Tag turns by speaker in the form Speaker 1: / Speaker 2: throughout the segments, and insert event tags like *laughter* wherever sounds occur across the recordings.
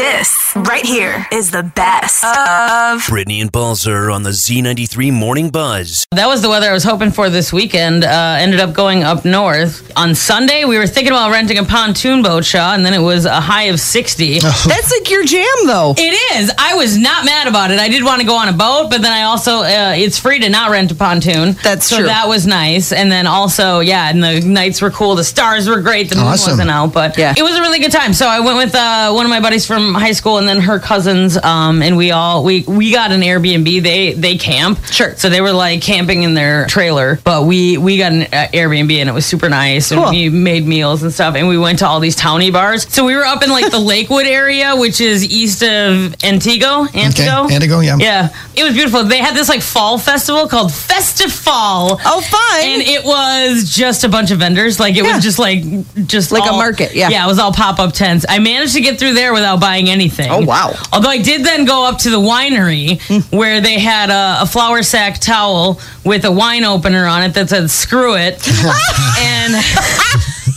Speaker 1: This right here is the best of
Speaker 2: Brittany and Balzer on the Z93 Morning Buzz.
Speaker 3: That was the weather I was hoping for this weekend. Uh, ended up going up north on Sunday. We were thinking about renting a pontoon boat, Shaw, and then it was a high of sixty.
Speaker 4: That's like your jam, though.
Speaker 3: It is. I was not mad about it. I did want to go on a boat, but then I also uh, it's free to not rent a pontoon.
Speaker 4: That's
Speaker 3: so
Speaker 4: true.
Speaker 3: that was nice. And then also, yeah, and the nights were cool. The stars were great. The moon
Speaker 5: Awesome.
Speaker 3: wasn't out, but
Speaker 4: Yeah.
Speaker 3: it was a really good time. So I went with uh, one of my buddies from high school, and then her cousins, um, and we all we we got an Airbnb. They they camp.
Speaker 4: Sure.
Speaker 3: So they were like camping in their trailer, but we we got an uh, Airbnb and it was super nice. And
Speaker 4: Cool.
Speaker 3: we made meals and stuff, and we went to all these townie bars. So we were up in like the *laughs* Lakewood area, which is east of Antigo. Antigo.
Speaker 5: Antigo, yeah.
Speaker 3: Yeah, it was beautiful. They had this like fall festival called Festifall.
Speaker 4: Oh, fun.
Speaker 3: And it was just a bunch of vendors. Like it
Speaker 4: Yeah.
Speaker 3: was just like just
Speaker 4: Like a
Speaker 3: all-
Speaker 4: market, yeah.
Speaker 3: yeah. It was all pop up tents. I managed to get through there without buying anything.
Speaker 4: Oh, wow. Hmm.
Speaker 3: Although I did then go up to the winery where they had a, a flour sack towel with a wine opener on it that said "Screw
Speaker 4: *laughs*
Speaker 3: it," and.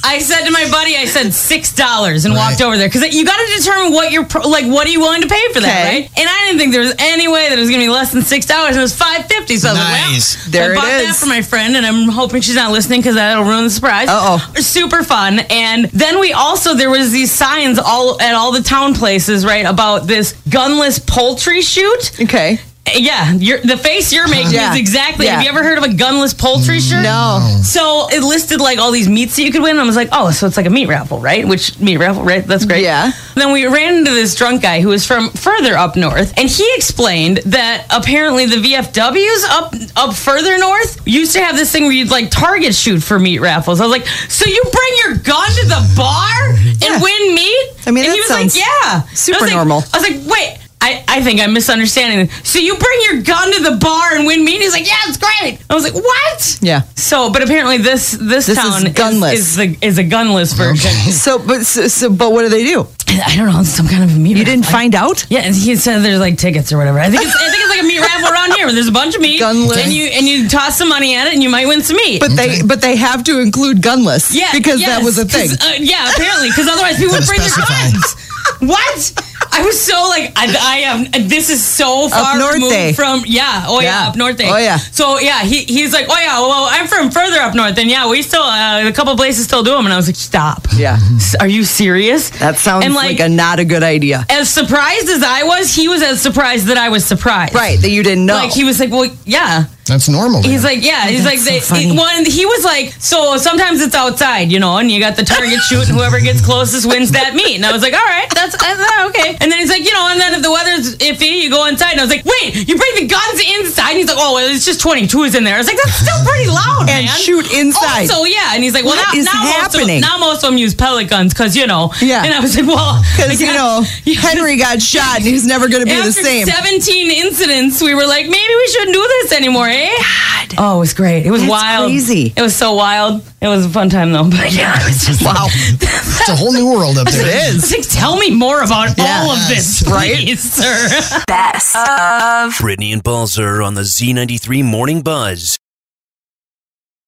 Speaker 3: I said to my buddy, I said six dollars, and
Speaker 5: Right.
Speaker 3: walked over there because you got to determine what you're pro- like. What are you willing to pay for that,
Speaker 4: Okay.
Speaker 3: right? And I didn't think there was any way that it was going to be less than six dollars. It was five fifty, so I was
Speaker 5: Nice.
Speaker 3: like, "Well,
Speaker 4: There
Speaker 3: I
Speaker 4: it
Speaker 3: bought that
Speaker 4: is.
Speaker 3: for my friend, and I'm hoping she's not listening because that'll ruin the surprise."
Speaker 4: Uh-oh.
Speaker 3: super fun. And then we also there was these signs all at all the town places, right, about this gunless poultry shoot.
Speaker 4: Okay.
Speaker 3: Yeah, you're, the face you're making
Speaker 4: Yeah.
Speaker 3: is exactly.
Speaker 4: Yeah.
Speaker 3: Have you ever heard of a gunless poultry shirt?
Speaker 4: No.
Speaker 3: So it listed like all these meats that you could win. And I was like, oh, so it's like a meat raffle, right? Which meat raffle, right? That's great.
Speaker 4: Yeah.
Speaker 3: Then we ran into this drunk guy who was from further up north, and he explained that apparently the VFWs up up further north used to have this thing where you'd like target shoot for meat raffles. I was like, so you bring your gun to the bar and
Speaker 4: Yeah.
Speaker 3: win meat?
Speaker 4: I mean,
Speaker 3: and
Speaker 4: that
Speaker 3: he was
Speaker 4: sounds
Speaker 3: like, yeah,
Speaker 4: super
Speaker 3: I was like-
Speaker 4: normal.
Speaker 3: I was like, wait. I, I think I'm misunderstanding. So you bring your gun to the bar and win meat? He's like, yeah, it's great. I was like, what?
Speaker 4: Yeah.
Speaker 3: So, but apparently this this,
Speaker 4: This is
Speaker 3: town
Speaker 4: gunless.
Speaker 3: is, the is a gunless version. *laughs*
Speaker 4: So, but so, so, but what do they do?
Speaker 3: I don't know, it's some kind of a meat.
Speaker 4: You didn't find out?
Speaker 3: Yeah, and he said there's like tickets or whatever. I think it's, I think it's like a meat
Speaker 4: *laughs*
Speaker 3: raffle around here. Where there's a bunch of meat,
Speaker 4: Gunless.
Speaker 3: and you and you toss some money at it, and you might win some meat.
Speaker 4: But they, but they have to include gunless.
Speaker 3: yeah,
Speaker 4: because that
Speaker 3: yes,
Speaker 4: was a thing.
Speaker 3: 'cause, Uh, yeah, apparently, because otherwise people would
Speaker 5: Gotta
Speaker 3: bring their
Speaker 5: specify.
Speaker 3: guns. What? I was so like I, I am. This is so far
Speaker 4: north
Speaker 3: removed
Speaker 4: day.
Speaker 3: from yeah. Oh yeah,
Speaker 4: Yeah.
Speaker 3: up north. Day.
Speaker 4: Oh, yeah.
Speaker 3: So yeah, he, he's like, oh yeah. Well, I'm from further up north, and yeah, we still uh, a couple places still do them. And I was like, stop.
Speaker 4: yeah. Uh,
Speaker 3: S- Are you serious?
Speaker 4: That sounds
Speaker 3: And,
Speaker 4: like,
Speaker 3: like-
Speaker 4: a not a good idea.
Speaker 3: As surprised as I was, he was as surprised that I was surprised.
Speaker 4: Right. That you didn't know.
Speaker 3: Like he was like, well, yeah.
Speaker 5: That's
Speaker 4: Oh,
Speaker 5: normal.
Speaker 3: He's
Speaker 5: man.
Speaker 3: like, yeah. He's like, they,
Speaker 4: so funny.
Speaker 3: it- one. He was like, so sometimes it's outside, you know, and you got the target shoot, and whoever gets closest wins that meet. And I was like, all right, that's, that's okay. And then he's like, you know, and then if the weather's iffy, you go inside. And I was like, wait, you bring the guns inside? And he's like, oh, well, it's just 22s in there. I was like, that's still pretty loud,
Speaker 4: And
Speaker 3: man.
Speaker 4: shoot inside.
Speaker 3: So yeah, and he's like, well,
Speaker 4: What
Speaker 3: now,
Speaker 4: is
Speaker 3: now
Speaker 4: happening?
Speaker 3: Most of, now most of them use pellet guns because you know.
Speaker 4: Yeah.
Speaker 3: And I was like, well,
Speaker 4: *laughs* Because you know
Speaker 3: *laughs* Yeah.
Speaker 4: Henry got shot, and he's never going to be
Speaker 3: After
Speaker 4: the same.
Speaker 3: 17 incidents, we were like, maybe we shouldn't do this anymore, eh? God. Oh, it was great. It was
Speaker 4: That's
Speaker 3: wild.
Speaker 4: crazy.
Speaker 3: It was so wild. It was a fun time, though. But yeah, it was *laughs* just
Speaker 4: wow.
Speaker 5: *laughs* it's a whole new world up there.
Speaker 4: It
Speaker 3: I
Speaker 4: is.
Speaker 3: was like, tell me more about all of this, *laughs*
Speaker 5: Yes,
Speaker 4: right?
Speaker 3: please, sir.
Speaker 1: best of
Speaker 2: Brittany and Balzer on the Z93 Morning Buzz.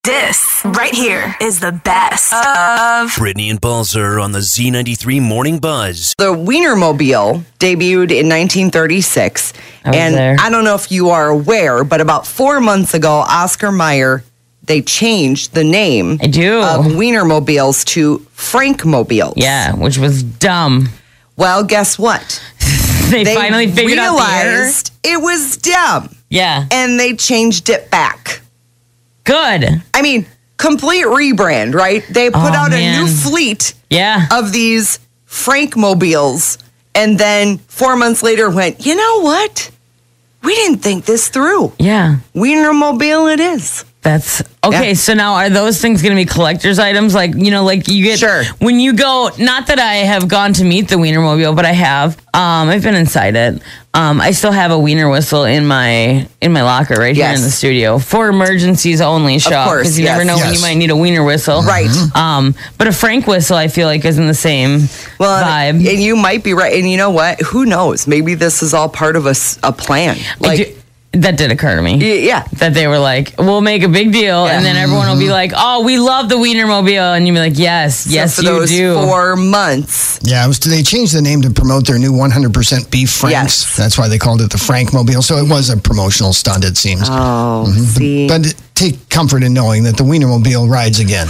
Speaker 1: this right here is the best of
Speaker 2: Brittany and Balzer on the Z93 Morning Buzz.
Speaker 4: The Wienermobile debuted in 1936.
Speaker 3: was
Speaker 4: and
Speaker 3: there.
Speaker 4: I don't know if you are aware, but about four months ago, Oscar Mayer, they changed the name
Speaker 3: I do.
Speaker 4: of Wienermobiles to Frankmobiles.
Speaker 3: yeah, which was dumb. *laughs*
Speaker 4: Well, guess what?
Speaker 3: They, finally figured out the error.
Speaker 4: realized it was dumb
Speaker 3: Yeah.
Speaker 4: and they changed it back.
Speaker 3: Good.
Speaker 4: I mean, complete rebrand, right? They put
Speaker 3: Oh,
Speaker 4: out a new
Speaker 3: man.
Speaker 4: fleet
Speaker 3: Yeah.
Speaker 4: of these Frankmobiles and then 4 months later went, "You know what? We didn't think this through.
Speaker 3: yeah.
Speaker 4: Wienermobile it is."
Speaker 3: That's okay.
Speaker 4: Yeah.
Speaker 3: So now, are those things going to be collector's items? Like you know, like you get
Speaker 4: Sure.
Speaker 3: when you go. Not that I have gone to meet the Wienermobile, but I have. Um, I've been inside it. Um, I still have a wiener whistle in my in my locker right here
Speaker 4: Yes.
Speaker 3: in the studio for emergencies only. Shop
Speaker 4: course,
Speaker 3: because you
Speaker 4: yes.
Speaker 3: never know when
Speaker 5: Yes.
Speaker 3: you might need a wiener whistle.
Speaker 4: Right.
Speaker 3: Um, but a Frank whistle, I feel like, isn't the same
Speaker 4: Well,
Speaker 3: vibe.
Speaker 4: and, and you might be right. And you know what? Who knows? Maybe this is all part of a, s- a plan.
Speaker 3: I
Speaker 4: Like
Speaker 3: do- That did occur to me.
Speaker 4: Y- Yeah.
Speaker 3: That they were like, we'll make a big deal, and then everyone will be like, oh, we love the Wienermobile, and you'll be like, yes, yes,
Speaker 4: Mm-hmm. for
Speaker 3: you
Speaker 4: those
Speaker 3: do.
Speaker 4: four months.
Speaker 5: Yeah, it was, they changed the name to promote their new 100% beef franks.
Speaker 4: Yes.
Speaker 5: That's why they called it the Frank Mobile. So it was a promotional stunt, it seems.
Speaker 4: Oh,
Speaker 3: Mm-hmm.
Speaker 4: see.
Speaker 5: But take comfort in knowing that the Wienermobile rides again,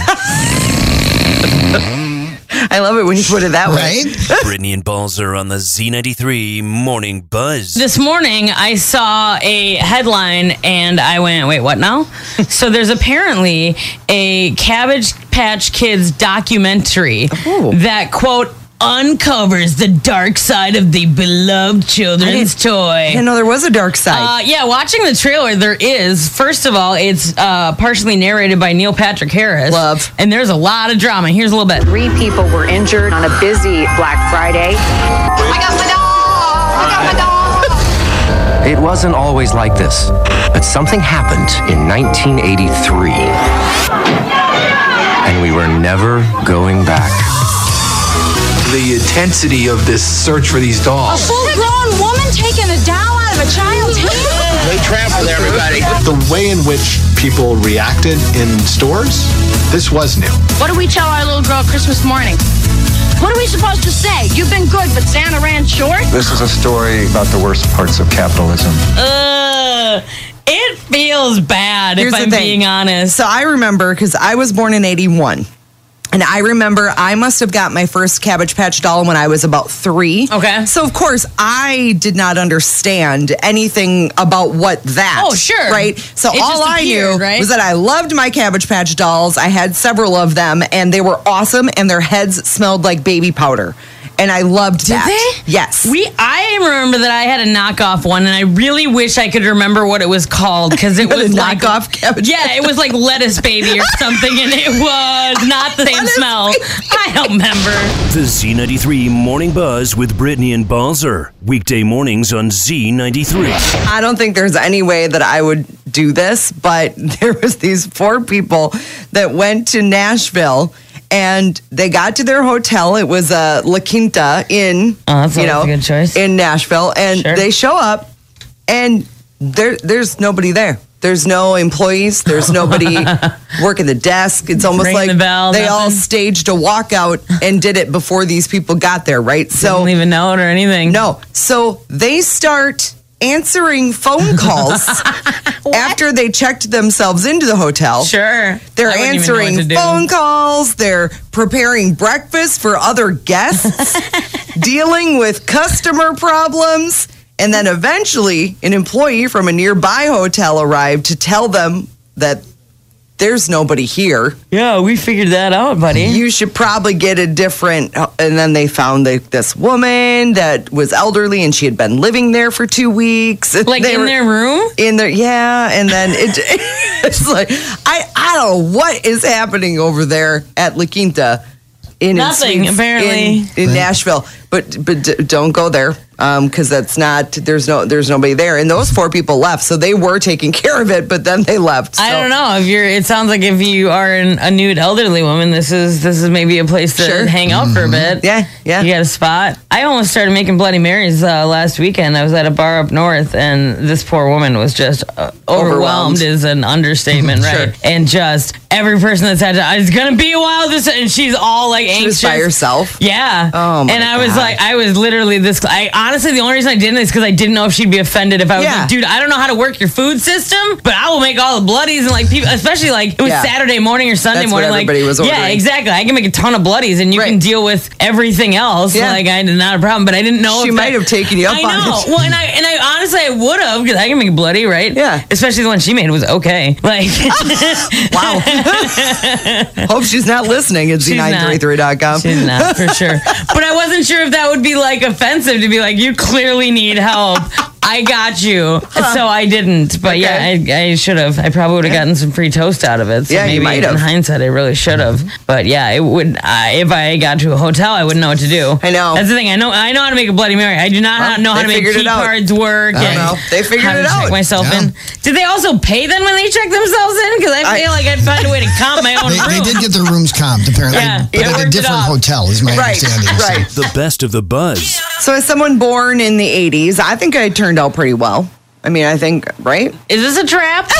Speaker 4: I love it when you put it that way.
Speaker 5: right?
Speaker 2: Brittany and Balzer on the Z93 Morning Buzz.
Speaker 3: This morning, I saw a headline and I went, wait, what
Speaker 4: *laughs*
Speaker 3: now? so there's apparently a Cabbage Patch Kids documentary that, quote, uncovers the dark side of the beloved children's toy.
Speaker 4: I didn't know there was a dark side.
Speaker 3: Uh, yeah, watching the trailer, there is. First of all, it's uh, partially narrated by Neil Patrick Harris.
Speaker 4: Love.
Speaker 3: And there's a lot of drama. Here's a little bit.
Speaker 6: Three people were injured on a busy Black Friday.
Speaker 7: I got Oh my dog! I got my dog!
Speaker 8: It wasn't always like this, but something happened in 1983. And we were never going back.
Speaker 9: the intensity of this search for these dogs.
Speaker 7: Full-grown woman taking a doll out of a child's hand?
Speaker 10: They trampled everybody. The way in which people reacted in stores, this was new.
Speaker 7: What do we tell our little girl Christmas morning? What are we supposed to say? You've been good, but Santa ran short?
Speaker 11: This is a story about the worst parts of capitalism.
Speaker 3: Ugh, it feels bad
Speaker 4: Here's
Speaker 3: if
Speaker 4: the
Speaker 3: I'm
Speaker 4: thing.
Speaker 3: being honest.
Speaker 4: So I remember because I was born in 81. And I remember I must have got my first Cabbage Patch doll when I was about three.
Speaker 3: Okay.
Speaker 4: So, of course, I did not understand anything about what that.
Speaker 3: Oh, sure.
Speaker 4: Right? So,
Speaker 3: It
Speaker 4: all
Speaker 3: just
Speaker 4: I knew
Speaker 3: appeared, right?
Speaker 4: was that I loved my Cabbage Patch dolls. I had several of them, and they were awesome, and their heads smelled like baby powder. And I loved
Speaker 3: Did
Speaker 4: that.
Speaker 3: they?
Speaker 4: Yes.
Speaker 3: We I remember that I had a knockoff one, and I really wish I could remember what it was called because it
Speaker 4: *laughs* had a
Speaker 3: was like-
Speaker 4: knockoff cabbage
Speaker 3: Yeah, it was like lettuce baby or something, and it was not the same
Speaker 4: Lettuce
Speaker 3: smell. I don't remember.
Speaker 2: The Z93 Morning Buzz with Brittany and Balzer. Weekday mornings on Z93.
Speaker 4: I don't think there's any way that I would do this, but *laughs* there was these four people that went to Nashville and they got to their hotel. It was a La Quinta Inn,
Speaker 3: Oh, that's
Speaker 4: you
Speaker 3: always
Speaker 4: know,
Speaker 3: a good choice.
Speaker 4: in Nashville, and
Speaker 3: Sure.
Speaker 4: they show up and there there's nobody there. There's no employees. There's
Speaker 3: *laughs*
Speaker 4: nobody working the desk. It's almost
Speaker 3: Ringing
Speaker 4: like
Speaker 3: the bell,
Speaker 4: they all
Speaker 3: nothing.
Speaker 4: staged a walkout and did it before these people got there, right? So
Speaker 3: don't even know it or anything.
Speaker 4: no. So they start
Speaker 3: *laughs*
Speaker 4: answering phone calls after they checked themselves into the hotel.
Speaker 3: sure.
Speaker 4: They're
Speaker 3: I wouldn't even know what to
Speaker 4: answering
Speaker 3: do.
Speaker 4: phone calls. They're preparing breakfast for
Speaker 3: *laughs*
Speaker 4: other guests, dealing with customer problems. And then eventually, an employee from a nearby hotel arrived to tell them that there's nobody here.
Speaker 3: Yeah, we figured that out, buddy.
Speaker 4: You should probably get a different. uh, And then they found like this woman that was elderly and she had been living there for two weeks. *laughs* And
Speaker 3: like
Speaker 4: they
Speaker 3: in
Speaker 4: were-
Speaker 3: their room.
Speaker 4: in there, yeah. And then it, *laughs* it's like I I don't know what is happening over there at La Quinta. In
Speaker 3: Nothing,
Speaker 4: in,
Speaker 3: apparently.
Speaker 4: in, in Nashville, but but d- don't go there because that's not there's no there's nobody there, and those four people left, so they were taking *laughs* care of it, but then they left.
Speaker 3: I
Speaker 4: so-
Speaker 3: don't know if you're. It sounds like if you are an, a nude elderly woman, this is this is maybe a place to
Speaker 4: Sure.
Speaker 3: hang out for a bit.
Speaker 4: Yeah, yeah.
Speaker 3: You got a spot. I almost started making Bloody Marys uh, last weekend. I was at a bar up north, and this poor woman was just uh, overwhelmed.
Speaker 4: Overwhelmed.
Speaker 3: Is an understatement,
Speaker 4: *laughs* Sure.
Speaker 3: right? And just every person that's had to, it's gonna be a while. This and she's all like
Speaker 4: She
Speaker 3: anxious
Speaker 4: was by herself.
Speaker 3: Yeah.
Speaker 4: Oh, my
Speaker 3: And I was
Speaker 4: God.
Speaker 3: like, I was literally this. I honestly, the only reason I didn't is because I didn't know if she'd be offended if I was
Speaker 4: Yeah.
Speaker 3: like, dude, I don't know how to work your food system, but I will make all the bloodies and like people, especially like it was
Speaker 4: Yeah.
Speaker 3: Saturday morning or Sunday
Speaker 4: That's what
Speaker 3: morning. like,
Speaker 4: everybody was
Speaker 3: Yeah,
Speaker 4: ordering.
Speaker 3: exactly. I can make a ton of bloodies and you
Speaker 4: Right.
Speaker 3: can deal with everything else.
Speaker 4: Yeah.
Speaker 3: Like, I not a problem, but I didn't know.
Speaker 4: She
Speaker 3: if
Speaker 4: might
Speaker 3: that-
Speaker 4: have taken you up
Speaker 3: I
Speaker 4: on
Speaker 3: know.
Speaker 4: it.
Speaker 3: Well, and I and I honestly I would have because I can make a bloody, right?
Speaker 4: Yeah.
Speaker 3: Especially the one she made was okay. Like,
Speaker 4: *laughs*
Speaker 3: *laughs*
Speaker 4: Wow. Hope she's not listening at
Speaker 3: She's not.
Speaker 4: z933.com.
Speaker 3: She's not for sure. But I wasn't sure if that would be like offensive to be like, you clearly need help. I got you. So I didn't. But yeah, I, I should have. I probably would have gotten some free toast out of it. So
Speaker 4: Yeah, you
Speaker 3: maybe
Speaker 4: might
Speaker 3: in
Speaker 4: have.
Speaker 3: hindsight, I really should have. But yeah, it would. I, if I got to a hotel, I wouldn't know what to do.
Speaker 4: I know.
Speaker 3: That's the thing. I know. I know how to make a Bloody Mary. I do not
Speaker 4: Well,
Speaker 3: know how
Speaker 4: they
Speaker 3: to make
Speaker 4: figured it
Speaker 3: key
Speaker 4: out.
Speaker 3: cards work.
Speaker 4: don't
Speaker 3: and
Speaker 4: know. They figured
Speaker 3: how to
Speaker 4: it
Speaker 3: check
Speaker 4: out.
Speaker 3: myself
Speaker 5: Yeah.
Speaker 3: in. Did they also pay them when they checked themselves in? Because I
Speaker 4: I-
Speaker 3: feel like I'd find a way to comp
Speaker 4: *laughs*
Speaker 3: my own
Speaker 5: They,
Speaker 3: room.
Speaker 5: they did get their rooms comped, apparently,
Speaker 3: Yeah,
Speaker 5: but
Speaker 3: yeah,
Speaker 5: at
Speaker 3: worked
Speaker 5: a
Speaker 3: it
Speaker 5: different
Speaker 3: up.
Speaker 5: hotel, is my
Speaker 4: Right,
Speaker 5: understanding. So-
Speaker 2: The
Speaker 4: right.
Speaker 2: best of the buzz.
Speaker 4: So, as someone born in the 80s, I think I turned out pretty well. I mean, I think, right?
Speaker 3: Is this a trap?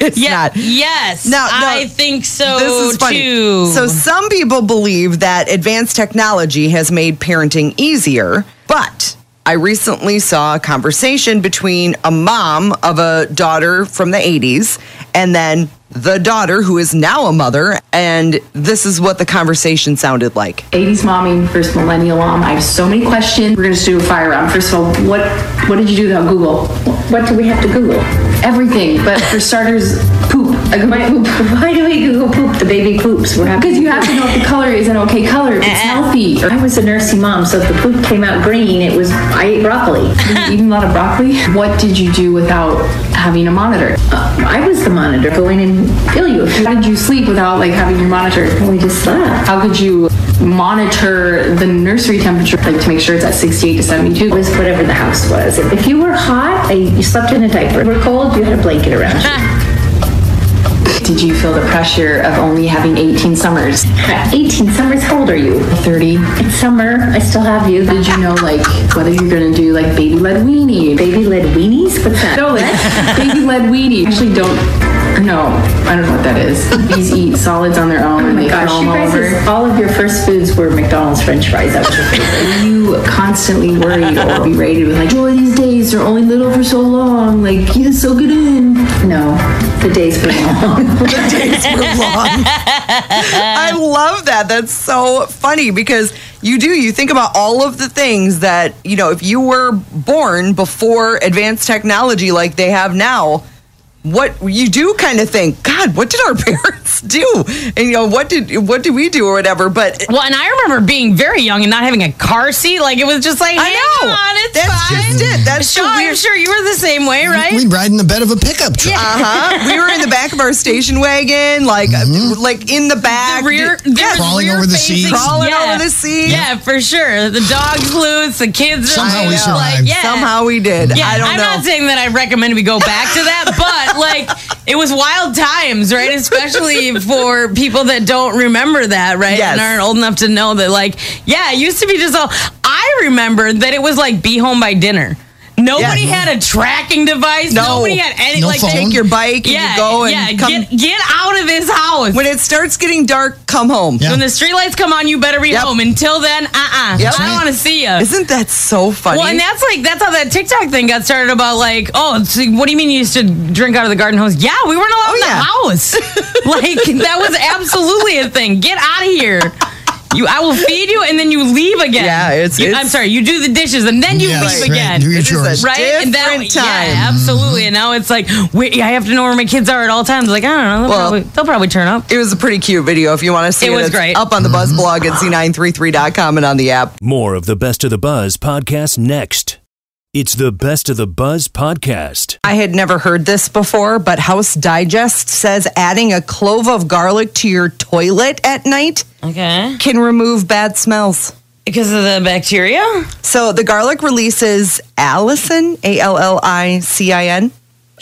Speaker 4: It's not.
Speaker 3: Yes.
Speaker 4: No, no,
Speaker 3: I think so
Speaker 4: this is funny.
Speaker 3: too.
Speaker 4: So some people believe that advanced technology has made parenting easier, but I recently saw a conversation between a mom of a daughter from the 80s and then the daughter who is now a mother and this is what the conversation sounded like.
Speaker 12: 80s mommy versus millennial mom. I have so many questions. We're going to do a fire round. First of all, what what did you do without Google? What do we have to Google? Everything, but for starters, poop. I Google poop. Why *laughs* do we Google poop? The baby poops. Because you have to know if the color is an okay color. If it's healthy. Uh-uh. I was a nursing mom, so if the poop came out green, it was I ate *laughs* broccoli. Even a lot of broccoli. What did you do without having a monitor? Uh, I was the monitor, going and kill you. How did you sleep without like having your monitor? We just slept. How could you monitor the nursery temperature like to make sure it's at 68 to 72 was whatever the house was if you were hot I, you slept in a diaper if you were cold you had a blanket around you did you feel the pressure of only having 18 summers 18 summers how old are you 30 it's summer i still have you did you know like whether you're gonna do like baby led weenie baby led weenies what's that no *laughs* like baby led weenie actually don't no, I don't know what that is. These eat solids on their own. Oh my gosh, you guys, is- all of your first foods were McDonald's French fries. That was your favorite. you constantly worried or berated with like, "Joy, these days are only little for so long. Like, you soak it in." No, the days were long. the days were long.
Speaker 4: *laughs* I love that. That's so funny because you do. You think about all of the things that, you know, if you were born before advanced technology like they have now, what you do kind of think, God, what did our *laughs* parents do? And you know, what did what did we do or whatever? But
Speaker 3: well, and I remember being very young and not having a car seat. Like it was just like,
Speaker 4: I
Speaker 3: hang
Speaker 4: know.
Speaker 3: on, it's
Speaker 4: That's
Speaker 3: fine.
Speaker 4: just it. That's the
Speaker 3: Shaw, I'm
Speaker 4: weird-
Speaker 3: sure you were the same way, right?
Speaker 5: We'd ride in the bed of a pickup truck.
Speaker 4: Uh-huh. we were in the back of our station wagon, like uh, like in the back.
Speaker 3: The rear,
Speaker 4: Did-
Speaker 3: there was
Speaker 5: Mm-hmm. Crawling
Speaker 3: rear
Speaker 5: over the
Speaker 3: facing-
Speaker 5: seats.
Speaker 4: Crawling
Speaker 3: yeah.
Speaker 4: over the seats.
Speaker 3: Yeah, for sure. The dog's loose. The kids are
Speaker 5: Somehow we
Speaker 3: loose, Like,
Speaker 5: survived.
Speaker 3: yeah.
Speaker 4: Somehow we did.
Speaker 3: Yeah,
Speaker 4: I don't
Speaker 3: am
Speaker 4: know.
Speaker 3: not saying that I recommend we go back to that,
Speaker 4: *laughs*
Speaker 3: but like it was wild times, right? Especially for people that don't remember that, right?
Speaker 4: Yes.
Speaker 3: And aren't old enough to know that, like, yeah, it used to be just all. I remember that it was like be home by dinner. Nobody had a tracking device.
Speaker 4: No.
Speaker 3: Nobody had any
Speaker 5: No
Speaker 3: like
Speaker 5: phone.
Speaker 4: Take your bike and
Speaker 3: yeah,
Speaker 4: you go and
Speaker 3: yeah.
Speaker 4: come.
Speaker 3: Get get out of his house.
Speaker 4: when it starts getting dark, come home.
Speaker 5: Yeah.
Speaker 3: When the streetlights come on, you better be
Speaker 4: Yep.
Speaker 3: home. Until then, uh uh
Speaker 4: Yep.
Speaker 3: I don't want to see you.
Speaker 4: Isn't that so funny?
Speaker 3: Well, and that's like that's how that TikTok thing got started about like, oh, it's like, what do you mean you used to drink out of the garden hose? Yeah, we weren't allowed in
Speaker 4: Oh, yeah.
Speaker 3: the
Speaker 4: *laughs*
Speaker 3: house. like that was absolutely a thing. Get out of here. You, I will feed you, and then you leave again.
Speaker 4: Yeah, it's-
Speaker 3: You-
Speaker 4: it's-
Speaker 3: I'm sorry. You do the dishes, and then you
Speaker 5: Yes,
Speaker 3: leave
Speaker 5: right.
Speaker 3: again.
Speaker 5: Do your
Speaker 4: It is a-
Speaker 5: chores.
Speaker 3: Right? and that,
Speaker 4: Different time.
Speaker 3: Yeah, absolutely. And now it's like, wait, I have to know where my kids are at all times. Like, I don't know. They'll,
Speaker 4: Well-
Speaker 3: probably, they'll probably turn up.
Speaker 4: It was a pretty cute video if you want to see
Speaker 3: It
Speaker 4: it.
Speaker 3: was
Speaker 4: It's
Speaker 3: great.
Speaker 4: Up on the Buzz blog at z933.com and on the app.
Speaker 2: More of the Best of the Buzz podcast next. It's the Best of the Buzz podcast.
Speaker 4: I had never heard this before, but House Digest says adding a clove of garlic to your toilet at night
Speaker 3: Okay.
Speaker 4: can remove bad smells.
Speaker 3: Because of the bacteria?
Speaker 4: So the garlic releases allicin, A L L I C I N.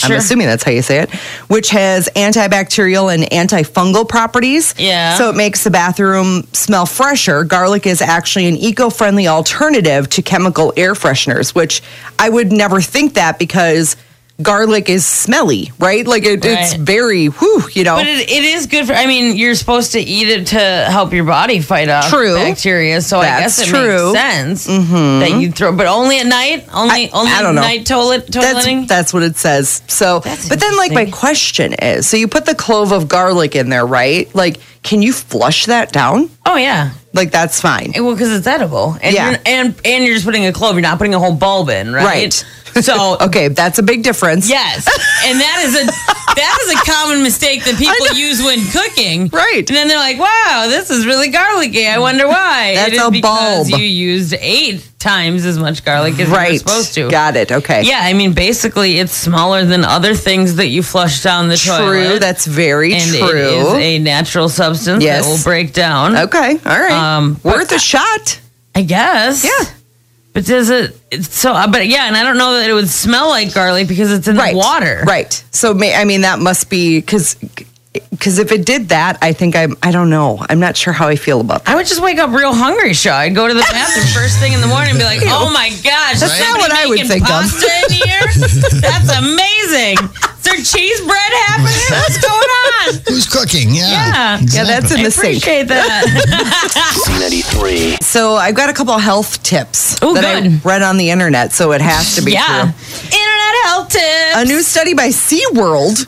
Speaker 4: I'm
Speaker 3: Sure.
Speaker 4: assuming that's how you say it, which has antibacterial and antifungal properties.
Speaker 3: Yeah.
Speaker 4: So it makes the bathroom smell fresher. Garlic is actually an eco friendly alternative to chemical air fresheners, which I would never think that because garlic is smelly, right? Like it, it's
Speaker 3: Right.
Speaker 4: very, whew, you know.
Speaker 3: But it, it is good for. I mean, you're supposed to eat it to help your body fight off
Speaker 4: True.
Speaker 3: bacteria. So I
Speaker 4: That's
Speaker 3: guess it
Speaker 4: true. Mm-hmm.
Speaker 3: makes sense that you throw, but only at night. Only
Speaker 4: I-
Speaker 3: only
Speaker 4: I don't know.
Speaker 3: night toilet toileting.
Speaker 4: That's, that's what it says. So,
Speaker 3: That's
Speaker 4: but then, like, my
Speaker 3: interesting.
Speaker 4: question is so you put the clove of garlic in there, right? Like, can you flush that down?
Speaker 3: oh yeah.
Speaker 4: Like, that's fine.
Speaker 3: Eh, Well, because it's edible, and
Speaker 4: Yeah.
Speaker 3: you're, and and you're just putting a clove. You're not putting a whole bulb in, right?
Speaker 4: Right.
Speaker 3: So
Speaker 4: *laughs* Okay, that's a big difference.
Speaker 3: Yes, and that is a that is a common mistake that people use when cooking.
Speaker 4: Right.
Speaker 3: and then they're like, "Wow, this is really garlicky. I wonder why."
Speaker 4: That's
Speaker 3: it is
Speaker 4: a
Speaker 3: because
Speaker 4: bulb.
Speaker 3: You used eight times as much garlic as you
Speaker 4: Right.
Speaker 3: were supposed to.
Speaker 4: Got it. Okay.
Speaker 3: Yeah, I mean, basically, it's smaller than other things that you flush down the
Speaker 4: True.
Speaker 3: toilet.
Speaker 4: That's very
Speaker 3: and
Speaker 4: true.
Speaker 3: it is a natural substance
Speaker 4: Yes.
Speaker 3: that will break down.
Speaker 4: okay. All right.
Speaker 3: Um,
Speaker 4: Worth a shot.
Speaker 3: I guess.
Speaker 4: Yeah.
Speaker 3: But does it? It's so, uh, but yeah, and I don't know that it would smell like garlic because it's in
Speaker 4: Right.
Speaker 3: the water.
Speaker 4: Right. So, may, I mean, that must be because because if it did that, I think I'm. I don't know. I'm not sure how I feel about that.
Speaker 3: I would just wake up real hungry, Shaw. I'd go to the bathroom first thing in the morning and be like, oh my gosh,
Speaker 4: That's not
Speaker 3: somebody
Speaker 4: what I would
Speaker 3: making
Speaker 4: think of.
Speaker 3: pasta in here? That's amazing. Is there cheese bread happening? What's going
Speaker 4: *laughs*
Speaker 3: on?
Speaker 5: Who's cooking? Yeah.
Speaker 3: Yeah.
Speaker 4: Yeah, that's in
Speaker 3: I
Speaker 4: the sink.
Speaker 3: appreciate
Speaker 4: *laughs*
Speaker 3: that.
Speaker 2: Ninety-three.
Speaker 4: So I've got a couple health tips
Speaker 3: Ooh,
Speaker 4: that
Speaker 3: good.
Speaker 4: I read on the internet, so it has to be
Speaker 3: yeah.
Speaker 4: true.
Speaker 3: Internet health tips.
Speaker 4: A new study by
Speaker 3: *laughs*
Speaker 4: SeaWorld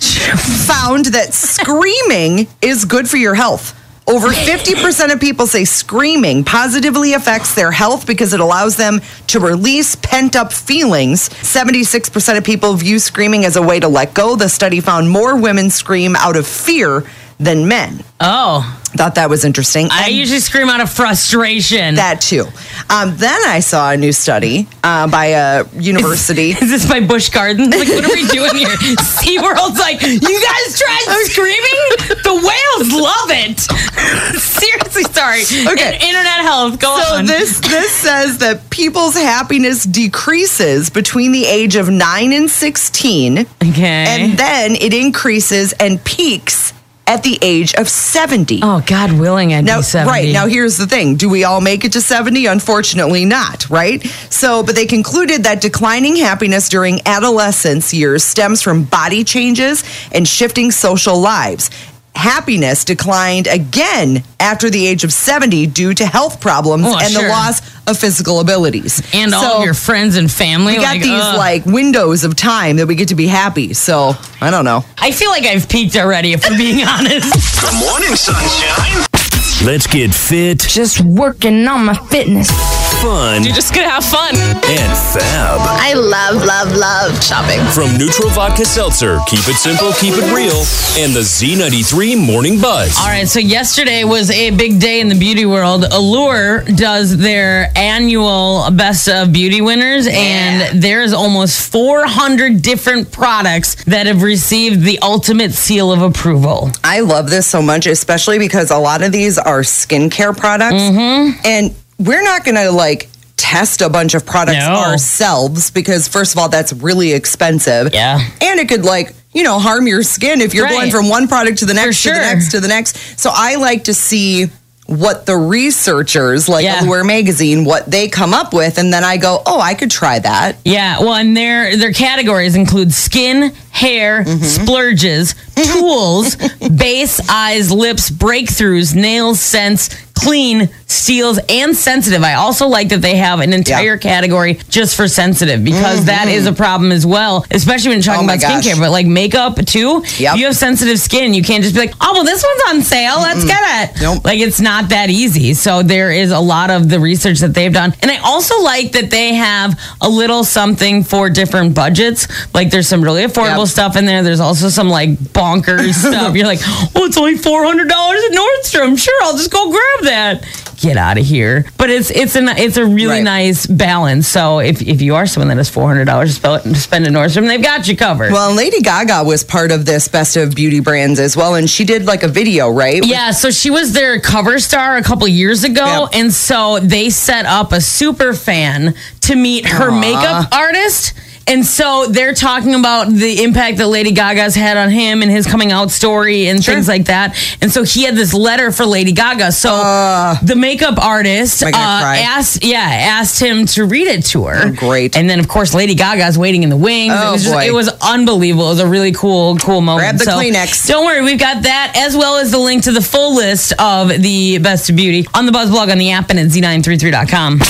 Speaker 4: found that screaming is good for your health. Over 50% of people say screaming positively affects their health because it allows them to release pent up feelings. 76% of people view screaming as a way to let go. The study found more women scream out of fear than men.
Speaker 3: oh,
Speaker 4: Thought that was interesting.
Speaker 3: I
Speaker 4: And-
Speaker 3: usually scream out of frustration.
Speaker 4: that too. Um, then I saw a new study uh, by a *laughs* university.
Speaker 3: is this by Bush Gardens? Like, what are we doing here? *laughs* SeaWorld's like, you guys tried screaming? The whales love it. *laughs* Seriously, sorry.
Speaker 4: Okay.
Speaker 3: In- internet health, go
Speaker 4: So
Speaker 3: on.
Speaker 4: this this says that people's happiness decreases between the age of nine and sixteen,
Speaker 3: Okay.
Speaker 4: and then it increases and peaks at the age of seventy.
Speaker 3: oh, God willing, I'd
Speaker 4: Now,
Speaker 3: be 70.
Speaker 4: right now, here's the thing: Do we all make it to seventy? Unfortunately, not. Right. So, but they concluded that declining happiness during adolescence years stems from body changes and shifting social lives. Happiness declined again after the age of seventy due to health problems
Speaker 3: Oh,
Speaker 4: and the
Speaker 3: sure.
Speaker 4: loss of physical abilities.
Speaker 3: and all
Speaker 4: So,
Speaker 3: of your friends and family.
Speaker 4: we got
Speaker 3: like,
Speaker 4: these
Speaker 3: ugh.
Speaker 4: like windows of time that we get to be happy. So I don't know.
Speaker 3: I feel like I've peaked already, if I'm being *laughs* honest.
Speaker 13: Good morning, sunshine.
Speaker 2: Let's get fit,
Speaker 7: Just working on my fitness.
Speaker 2: fun,
Speaker 14: You're just gonna have fun.
Speaker 2: and fab.
Speaker 14: I love, love, love shopping.
Speaker 13: From Neutral Vodka Seltzer, keep it simple, keep it real, and the Z93 Morning Buzz.
Speaker 3: All right, so yesterday was a big day in the beauty world. Allure does their annual Best of Beauty winners, and there's almost 400 different products that have received the ultimate seal of approval.
Speaker 4: I love this so much, especially because a lot of these are skincare products.
Speaker 3: Mm-hmm.
Speaker 4: And we're not going to like test a bunch of products
Speaker 3: No.
Speaker 4: ourselves because, first of all, that's really expensive.
Speaker 3: Yeah.
Speaker 4: And it could like, you know, harm your skin if you're
Speaker 3: Right.
Speaker 4: going from one product to the next, to
Speaker 3: sure.
Speaker 4: the next, to the next. So I like to see what the researchers like
Speaker 3: Yeah.
Speaker 4: Allure magazine what they come up with and then I go oh I could try that
Speaker 3: Yeah, well, and their their categories include skin, hair,
Speaker 4: Mm-hmm. *laughs*
Speaker 3: splurges, tools, base, eyes, lips, breakthroughs, nails, scents, clean, steals, and sensitive. I also like that they have an entire category just for sensitive because that is a problem as well, especially when you're talking
Speaker 4: Mm-hmm. Oh my
Speaker 3: about
Speaker 4: gosh.
Speaker 3: skincare. But like makeup too,
Speaker 4: Yep.
Speaker 3: if you have sensitive skin, you can't just be like, oh well, this one's on sale, let's get it.
Speaker 4: Nope.
Speaker 3: Like it's not that easy. So there is a lot of the research that they've done. And I also like that they have a little something for different budgets. Like there's some really affordable
Speaker 4: Yep.
Speaker 3: stuff in there. There's also some like
Speaker 4: *laughs*
Speaker 3: bonkers stuff. You're like, oh, it's only four hundred dollars at Nordstrom. Sure, I'll just go grab that. Get out of here. But it's it's an it's a really
Speaker 4: Right.
Speaker 3: nice balance. So if, if you are someone that has four hundred dollars to spend at Nordstrom, they've got you covered.
Speaker 4: Well, and Lady Gaga was part of this Best of Beauty Brands as well, and she did like a video, right?
Speaker 3: Yeah, so she was their cover star a couple years ago,
Speaker 4: Yep.
Speaker 3: and so they set up a super fan to meet her makeup artist. And so they're talking about the impact that Lady Gaga's had on him and his coming out story and things like that. And so he had this letter for Lady Gaga. So the makeup artist uh,
Speaker 4: Am I gonna cry?
Speaker 3: asked, yeah, asked him to read it to her.
Speaker 4: Oh, great.
Speaker 3: And then of course Lady Gaga's waiting in the wings.
Speaker 4: Oh,
Speaker 3: it was just-
Speaker 4: boy.
Speaker 3: it was unbelievable. It was a really cool, cool moment.
Speaker 4: Grab the
Speaker 3: Um, so
Speaker 4: Kleenex.
Speaker 3: Don't worry, we've got that as well as the link to the full list of the best of beauty on the Buzz blog on the app and at z933.com.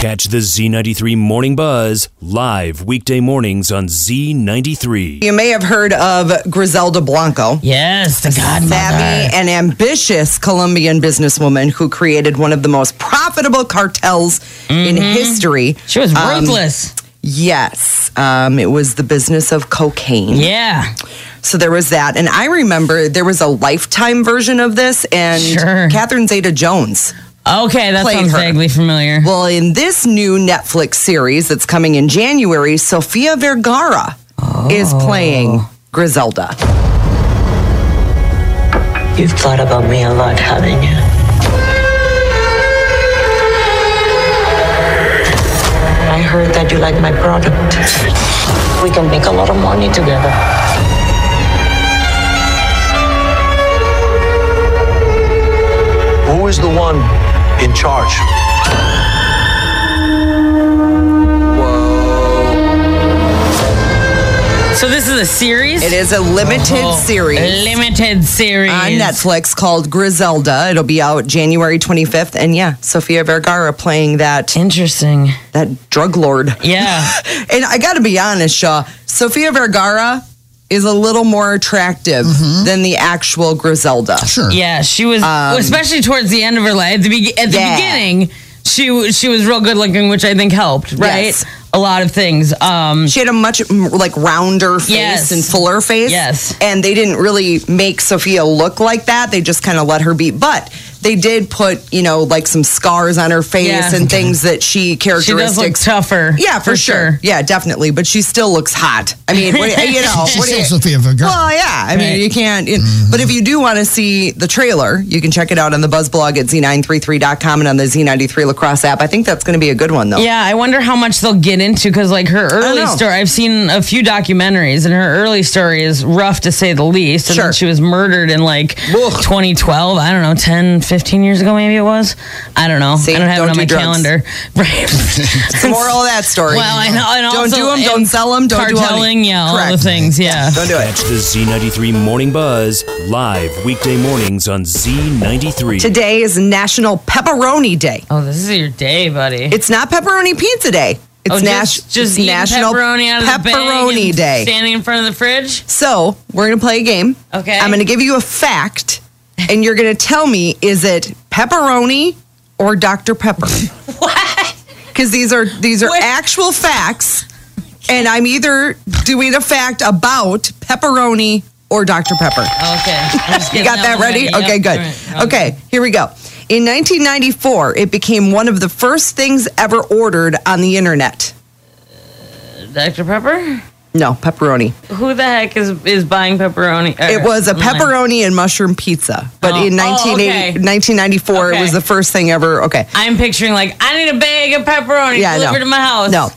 Speaker 2: Catch the Z93 Morning Buzz live weekday mornings on Z93.
Speaker 4: You may have heard of Griselda Blanco.
Speaker 3: Yes, the
Speaker 4: Savvy
Speaker 3: godmother.
Speaker 4: and ambitious Colombian businesswoman who created one of the most profitable cartels in
Speaker 3: Mm-hmm.
Speaker 4: history.
Speaker 3: She was
Speaker 4: Um,
Speaker 3: ruthless.
Speaker 4: yes. Um, it was the business of cocaine.
Speaker 3: yeah.
Speaker 4: So there was that. And I remember there was a lifetime version of this, and
Speaker 3: Sure.
Speaker 4: Catherine Zeta Jones.
Speaker 3: Okay, that
Speaker 4: Played
Speaker 3: sounds
Speaker 4: her.
Speaker 3: vaguely familiar.
Speaker 4: Well, in this new Netflix series that's coming in January, Sofia Vergara is playing
Speaker 3: Oh.
Speaker 4: Griselda.
Speaker 15: *laughs* You've thought about me a lot, haven't you? I heard that you like my product. We can make a lot of money together.
Speaker 9: Who is the one in charge?
Speaker 3: So this is a series?
Speaker 4: It is a limited
Speaker 3: Oh,
Speaker 4: series.
Speaker 3: Limited series.
Speaker 4: On Netflix called Griselda. It'll be out January 25th. And yeah, Sofia Vergara playing that.
Speaker 3: Interesting.
Speaker 4: That drug lord. *laughs*
Speaker 3: Yeah.
Speaker 4: and I got to be honest, Shaw. Sofia Vergara is a little more attractive
Speaker 3: Mm-hmm.
Speaker 4: than the actual Griselda. Sure.
Speaker 3: Yeah, she was,
Speaker 4: Um,
Speaker 3: especially towards the end of her life. At the, be- at the
Speaker 4: Yeah.
Speaker 3: beginning, she w- she was real good looking, which I think helped, right?
Speaker 4: Yes.
Speaker 3: A lot of things. Um,
Speaker 4: she had a much m- like rounder face
Speaker 3: Yes.
Speaker 4: and fuller face.
Speaker 3: Yes.
Speaker 4: And they didn't really make Sophia look like that. They just kind of let her be. But they did put, you know, like some scars on her face
Speaker 3: Yeah.
Speaker 4: and things that she
Speaker 3: She does look
Speaker 4: characteristics.
Speaker 3: tougher.
Speaker 4: yeah, for, sure. Yeah, definitely. But she still looks hot. I mean,
Speaker 3: *laughs*
Speaker 4: what, you know,
Speaker 5: She's
Speaker 4: what do
Speaker 5: still
Speaker 4: you-
Speaker 5: Sophia Vergara.
Speaker 4: Well, yeah. I mean,
Speaker 5: Right.
Speaker 4: you can't. It, But if you do want to see the trailer, you can check it out on the Buzz blog at z933.com and on the Z93 Lacrosse app. I think that's going to be a good one, though.
Speaker 3: Yeah, I wonder how much they'll get into because, like, her early
Speaker 4: know.
Speaker 3: story, I've seen a few documentaries, and her early story is rough to say the least. And then she was murdered in like 2012, I don't know, 10, 15 years ago, maybe it was. I don't know. I don't have
Speaker 4: don't
Speaker 3: it on
Speaker 4: do
Speaker 3: my
Speaker 4: drugs.
Speaker 3: calendar. *laughs*
Speaker 4: *laughs*
Speaker 3: Right.
Speaker 4: It's the moral of that story.
Speaker 3: Well, I know. And
Speaker 4: don't
Speaker 3: also,
Speaker 4: do them, don't
Speaker 3: and
Speaker 4: sell them, don't do any-
Speaker 3: carteling, yeah, all the
Speaker 4: Correct.
Speaker 3: things, yeah.
Speaker 4: *laughs* Don't do it.
Speaker 2: Catch the Z93 Morning Buzz live weekday mornings on Z93.
Speaker 4: Today is National Pepperoni Day.
Speaker 3: Oh, this is your day, buddy.
Speaker 4: It's not Pepperoni Pizza Day. It's
Speaker 3: Oh, just-
Speaker 4: nas-
Speaker 3: just
Speaker 4: it's
Speaker 3: eating
Speaker 4: National
Speaker 3: pepperoni out of the bag
Speaker 4: Pepperoni
Speaker 3: and
Speaker 4: Day.
Speaker 3: standing in front of the fridge.
Speaker 4: So we're gonna play a game.
Speaker 3: Okay.
Speaker 4: I'm gonna give you a fact, and you're gonna tell me is it pepperoni or
Speaker 3: *laughs*
Speaker 4: Dr Pepper? what? Because these are these are actual facts, and I'm either doing a fact about pepperoni or Dr Pepper.
Speaker 3: Okay, I'm just
Speaker 4: *laughs* You
Speaker 3: getting
Speaker 4: got that
Speaker 3: one
Speaker 4: ready?
Speaker 3: Yep,
Speaker 4: Okay, good.
Speaker 3: all right.
Speaker 4: Okay, here we go. In 1994, it became one of the first things ever ordered on the internet.
Speaker 3: Dr. Pepper?
Speaker 4: No, pepperoni.
Speaker 3: Who the heck is is buying pepperoni? or-
Speaker 4: It was a
Speaker 3: online?
Speaker 4: pepperoni and mushroom pizza, but
Speaker 3: Mm. Oh.
Speaker 4: in
Speaker 3: Oh,
Speaker 4: 1980,
Speaker 3: okay.
Speaker 4: 1994, it was
Speaker 3: Okay.
Speaker 4: the first thing ever. Okay.
Speaker 3: I'm picturing like I need a bag of pepperoni delivered to my house.
Speaker 4: No.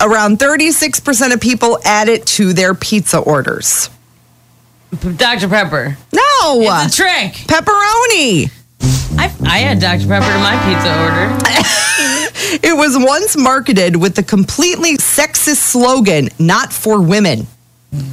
Speaker 4: Around 36% of people add it to their pizza orders.
Speaker 3: P- Dr. Pepper.
Speaker 4: No.
Speaker 3: It's a trick.
Speaker 4: Pepperoni.
Speaker 3: I I had Dr. Pepper to my pizza order.
Speaker 4: It was once marketed with the completely sexist slogan, not for women.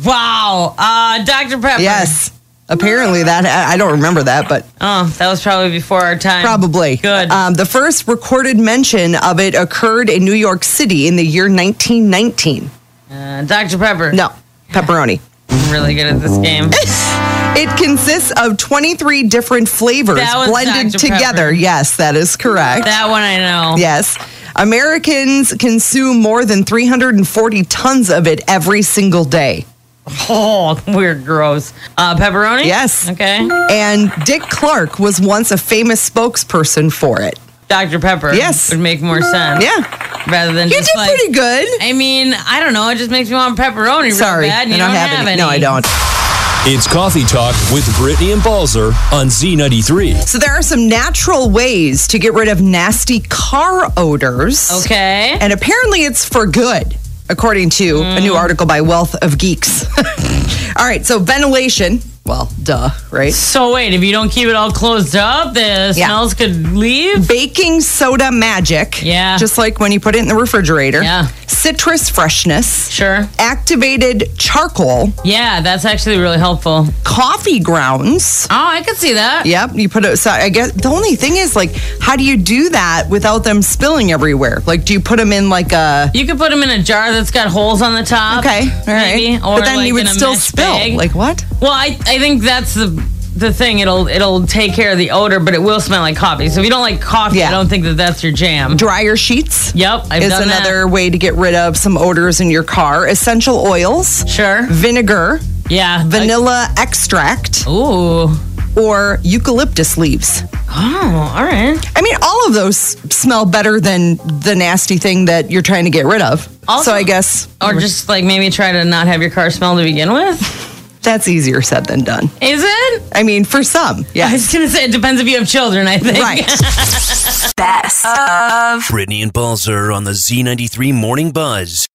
Speaker 3: Wow. Uh, Dr. Pepper.
Speaker 4: Yes. Apparently that I I don't remember that, but
Speaker 3: Oh, that was probably before our time.
Speaker 4: probably
Speaker 3: Good.
Speaker 4: Um, the first recorded mention of it occurred in New York City in the year 1919.
Speaker 3: Uh, Dr. Pepper.
Speaker 4: No, pepperoni.
Speaker 3: I'm really good at this
Speaker 4: *laughs*
Speaker 3: game.
Speaker 4: It consists of 23 different flavors
Speaker 3: That was
Speaker 4: blended
Speaker 3: Dr. Pepper.
Speaker 4: together. Yes, that is correct.
Speaker 3: that one I know.
Speaker 4: yes. Americans consume more than 340 tons of it every single day.
Speaker 3: Oh, we're gross. Uh, pepperoni?
Speaker 4: Yes.
Speaker 3: Okay.
Speaker 4: And Dick Clark was once a famous spokesperson for it.
Speaker 3: Dr. Pepper.
Speaker 4: Yes.
Speaker 3: Would make more sense.
Speaker 4: Yeah.
Speaker 3: Rather than
Speaker 4: You
Speaker 3: just
Speaker 4: did
Speaker 3: like,
Speaker 4: pretty good.
Speaker 3: I mean, I don't know. It just makes me want pepperoni real
Speaker 4: Sorry.
Speaker 3: bad. And
Speaker 4: I
Speaker 3: you
Speaker 4: don't have, any. No, I don't.
Speaker 13: It's Coffee Talk with Brittany and Balzer on Z93.
Speaker 4: So there are some natural ways to get rid of nasty car odors.
Speaker 3: Okay.
Speaker 4: And apparently it's for good, according to a new
Speaker 3: Mm.
Speaker 4: article by Wealth of Geeks. *laughs* all right, so ventilation. Well, duh, right?
Speaker 3: So wait, if you don't keep it all closed up, the
Speaker 4: Yeah.
Speaker 3: smells could leave.
Speaker 4: Baking soda magic.
Speaker 3: Yeah.
Speaker 4: Just like when you put it in the refrigerator.
Speaker 3: Yeah.
Speaker 4: Citrus freshness.
Speaker 3: Sure.
Speaker 4: Activated charcoal.
Speaker 3: Yeah, that's actually really helpful. Oh,
Speaker 4: Coffee grounds.
Speaker 3: I could see that.
Speaker 4: Yep, you put it. So I guess the only thing is, like, how do you do that without them spilling everywhere? Like, do you put them in like a
Speaker 3: You could put them in a jar that's got holes on the top.
Speaker 4: okay, all right,
Speaker 3: maybe, or
Speaker 4: but then
Speaker 3: like
Speaker 4: you would
Speaker 3: in a
Speaker 4: still
Speaker 3: mesh
Speaker 4: spill.
Speaker 3: bag.
Speaker 4: Like what?
Speaker 3: Well, I, I think that's the the thing. It'll it'll take care of the odor, but it will smell like coffee. So if you don't like coffee,
Speaker 4: Yeah.
Speaker 3: I don't think that that's your jam.
Speaker 4: Dryer sheets.
Speaker 3: Yep, I've
Speaker 4: is
Speaker 3: done that.
Speaker 4: another way to get rid of some odors in your car. Essential oils,
Speaker 3: Sure.
Speaker 4: vinegar,
Speaker 3: Yeah.
Speaker 4: vanilla Oh, extract,
Speaker 3: I- ooh.
Speaker 4: or eucalyptus leaves.
Speaker 3: Oh, all right.
Speaker 4: I mean, all of those smell better than the nasty thing that you're trying to get rid of.
Speaker 3: Also-
Speaker 4: so I guess
Speaker 3: Or just like maybe try to not have your car smell to begin with.
Speaker 4: that's easier said than done.
Speaker 3: Is it?
Speaker 4: I mean, for some,
Speaker 3: I
Speaker 4: yes.
Speaker 3: was gonna say it depends if you have children. I think.
Speaker 4: Right.
Speaker 1: Best of.
Speaker 2: Brittany and Balzer on the Z93 Morning Buzz.